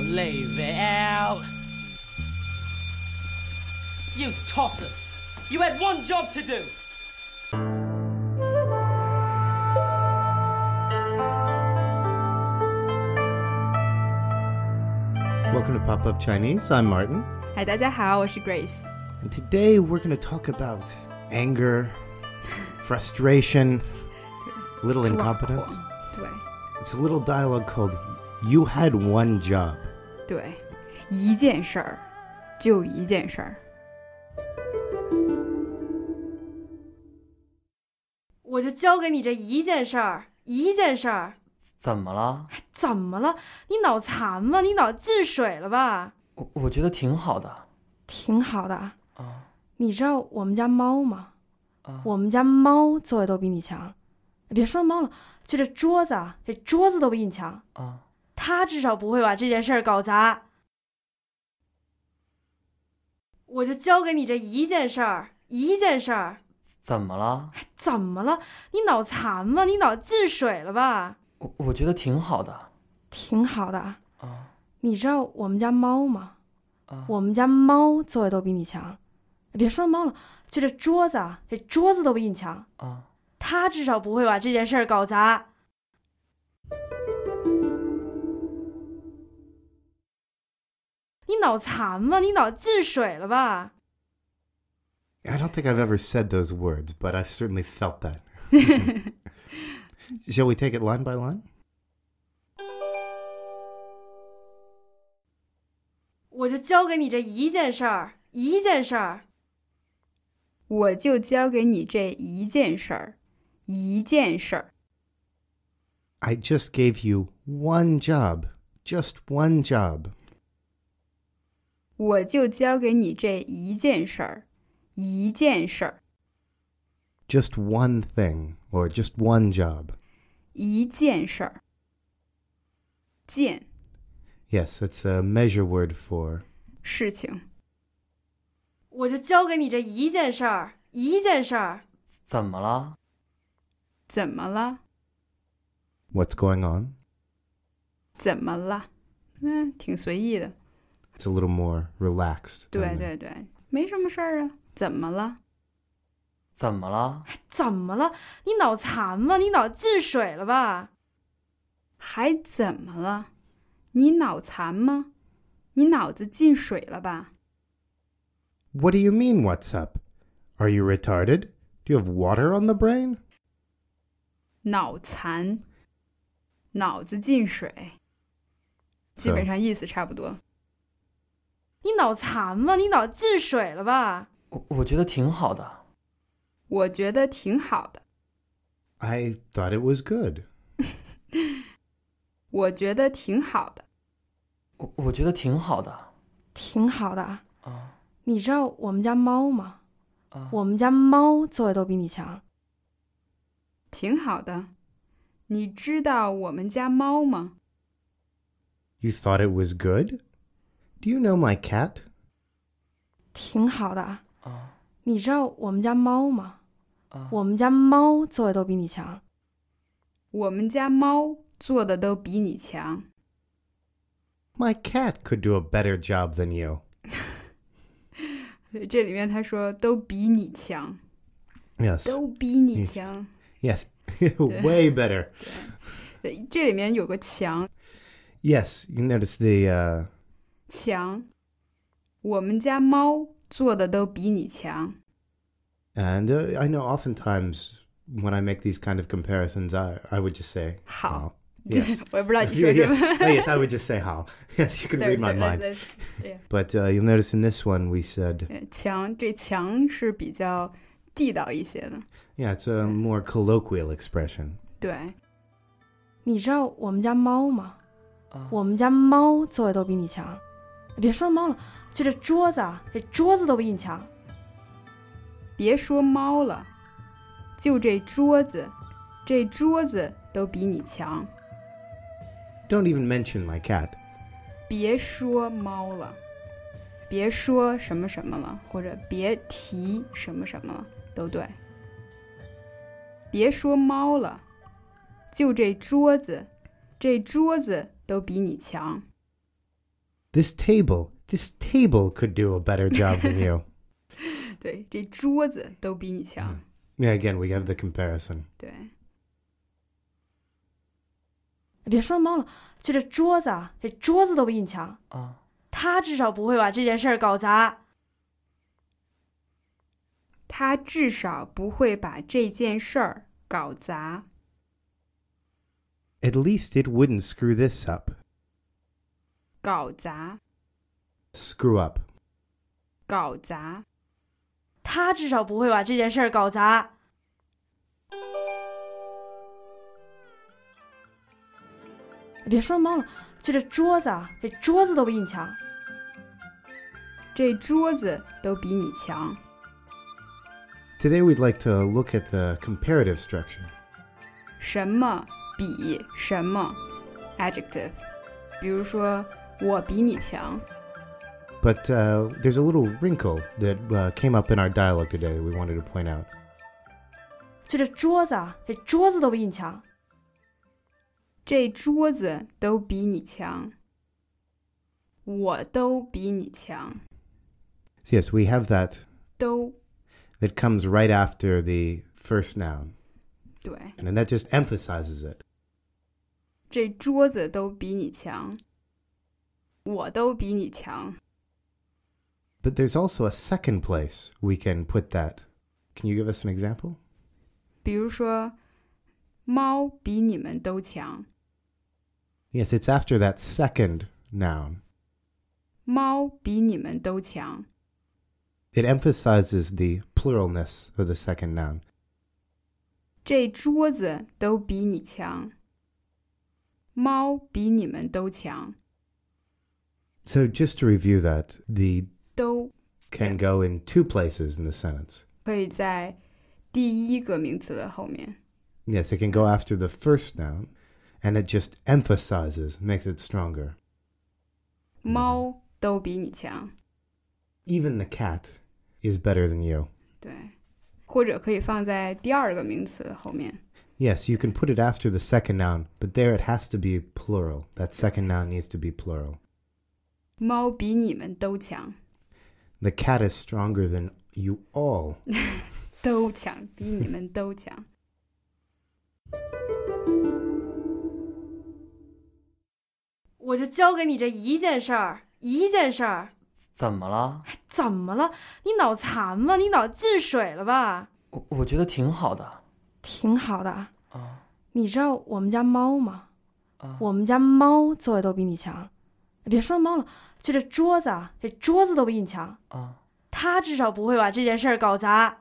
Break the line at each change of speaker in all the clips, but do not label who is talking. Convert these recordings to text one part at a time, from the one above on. Leave it out. You tossers. You had one job to do.
Welcome to Pop Up Chinese. I'm Martin.
嗨，大家好，我是 Grace。
And today we're going to talk about anger, frustration, little
抓狂
incompetence.
对
It's a little dialogue called You Had One Job.
对，一件事儿，就一件事儿。
我就交给你这一件事儿，一件事儿，
怎么了？
怎么了？你脑残吗？你脑进水了吧？
我我觉得挺好的
挺好的啊。
啊
你知道我们家猫吗？
啊！
我们家猫作为都比你强，别说猫了，就这桌子，啊，这桌子都比你强。
啊，
它至少不会把这件事儿搞砸。我就交给你这一件事儿，一件事儿，
怎么了？
怎么了？你脑残吗？你脑进水了吧？
我我觉得挺好的
挺好的啊。
啊
你知道我们家猫吗？
啊！
我们家猫作为都比你强，别说猫了，就这桌子啊，这桌子都比你强，
啊，
它至少不会把这件事儿搞砸。你脑残吗？你脑进水了吧？
I don't think I've ever said those words, but I've certainly felt that. Shall we take it line by line?
我就交给你这一件事儿，一件事儿，
我就交给你这一件事儿，一件事儿。
I just gave you one job. Just one job.
我就交给你这一件事儿，一件事儿，
Just one thing, or just one job.
一件事儿。件
Yes, it's a measure word for
事情，
我就交给你这一件事儿，一件事儿。
怎么了？
怎么了？
what's going on.
怎么了？嗯，挺随意的。
It's a little more relaxed.
对
than the-
对对，没什么事儿啊。怎么了？
怎么了？
怎么了？你脑残吗？你脑进水了吧？
还怎么了？你脑残吗？你脑子进水了吧？
What do you mean, what's up? Are you retarded? Do you have water on the brain?
脑残，脑子进水，基本上意思差不多。
你脑残吗？你脑进水了吧？
我我觉得挺好的
我觉得挺好的，
I thought it was good.
我觉得挺好的，
我我觉得挺好的
挺好的啊。
啊
你知道我们家猫吗？
啊！
我们家猫作为都比你强，
挺好的。你知道我们家猫吗？
You thought it was good? Do you know my cat?
挺好的啊。
啊
你知道我们家猫吗？
啊！
我们家猫作为都比你强，
我们家猫做的都比你强。
My cat could do a better job than you.
对这里面他说都比你强，
Yes.
都比你强。
Yes. Way better.
对，这里面有个强
Yes. You notice the uh
强，我们家猫做的都比你强。
and uh, I know oftentimes when I make these kind of comparisons I I would just say
How.
"How." Yes.
我 也不知道
Yeah,
你说什
yes.
么。
Oh, yes, I would just say how. Yes, you can read my mind.
yeah.
But uh, you'll notice in this one we said,
呃 强，这强是比较地道一些的。
yeah, it's a more colloquial expression.
对，
你知道我们家猫吗？
啊
我们家猫作为都比你强，别说猫了，就这桌子啊，这桌子都比你强，
别说猫了，就这桌子，这桌子都比你强。
Don't even mention my cat.
别说猫了，别说什么什么了，或者别提什么什么了，都对。别说猫了，就这桌子，这桌子都比你强。
This table, this table could do a better job than you.
对，这桌子都比你强。
Yeah, again, we have the comparison.
对，
别说猫了，就这桌子啊，这桌子都比你强，
啊，
他至少不会把这件事儿搞砸。
他至少不会把这件事儿搞砸。
At least it wouldn't screw this up.
搞砸，
Screw up.
搞砸。
他至少不会把这件事儿搞砸。别说猫了，就这桌子啊，这桌子都比你强，
这桌子都比你强。
Today we'd like to look at the comparative structure.
什么比什么？adjective，比如说我比你强，
But uh, there's a little wrinkle that uh, came up in our dialogue today we wanted to point out.
就这桌子啊，这桌子都比你强，
这桌子都比你强，我都比你强，
So yes, we have that
都
that comes right after the first noun,
对，
and that just emphasizes it.
这桌子都比你强，我都比你强，
But there's also a second place we can put that. Can you give us an example?
比如说猫比你们都强，
Yes, it's after that second noun.
猫比你们都强，
It emphasizes the pluralness of the second noun.
这桌子都比你强，猫比你们都强，
So just to review that, the
都
can go in two places in the sentence.
可以在第一个名词的后面。
Yes, it can go after the first noun, and it just emphasizes, makes it stronger.
猫都比你强，
Even the cat is better than you.
对，或者可以放在第二个名词后面。
Yes, you can put it after the second noun, but there it has to be plural. That second noun needs to be plural.
猫比你们都强，
The cat is stronger than you all.
都强，比你们都强。
我就交给你这一件事儿，一件事儿。
怎么了？
怎么了？你脑残吗？你脑进水了吧？
我我觉得挺好的
挺好的。
啊
你知道我们家猫吗？
啊，
我们家猫作为都比你强。别说猫了，就这桌子啊，这桌子都比你强。
啊，
它至少不会把这件事儿搞砸。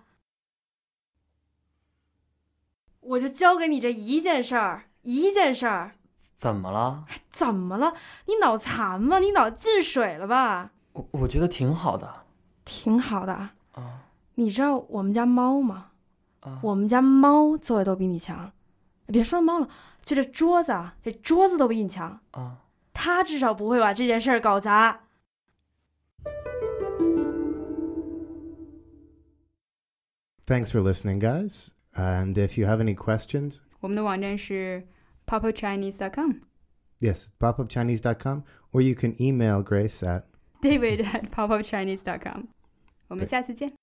我就交给你这一件事儿，一件事儿。
怎么了？
怎么了？你脑残吗？你脑进水了吧？
我我觉得挺好的
挺好的。
啊
你知道我们家猫吗？
啊，
我们家猫作为都比你强，别说猫了，就这桌子啊，这桌子都比你强，
啊，
它至少不会把这件事儿搞砸。
Thanks for listening, guys. And if you have any questions,
我们的网站是 papachinese.com。
yes, popupchinese.com, or you can email Grace at
David at papachinese.com。我们下次见。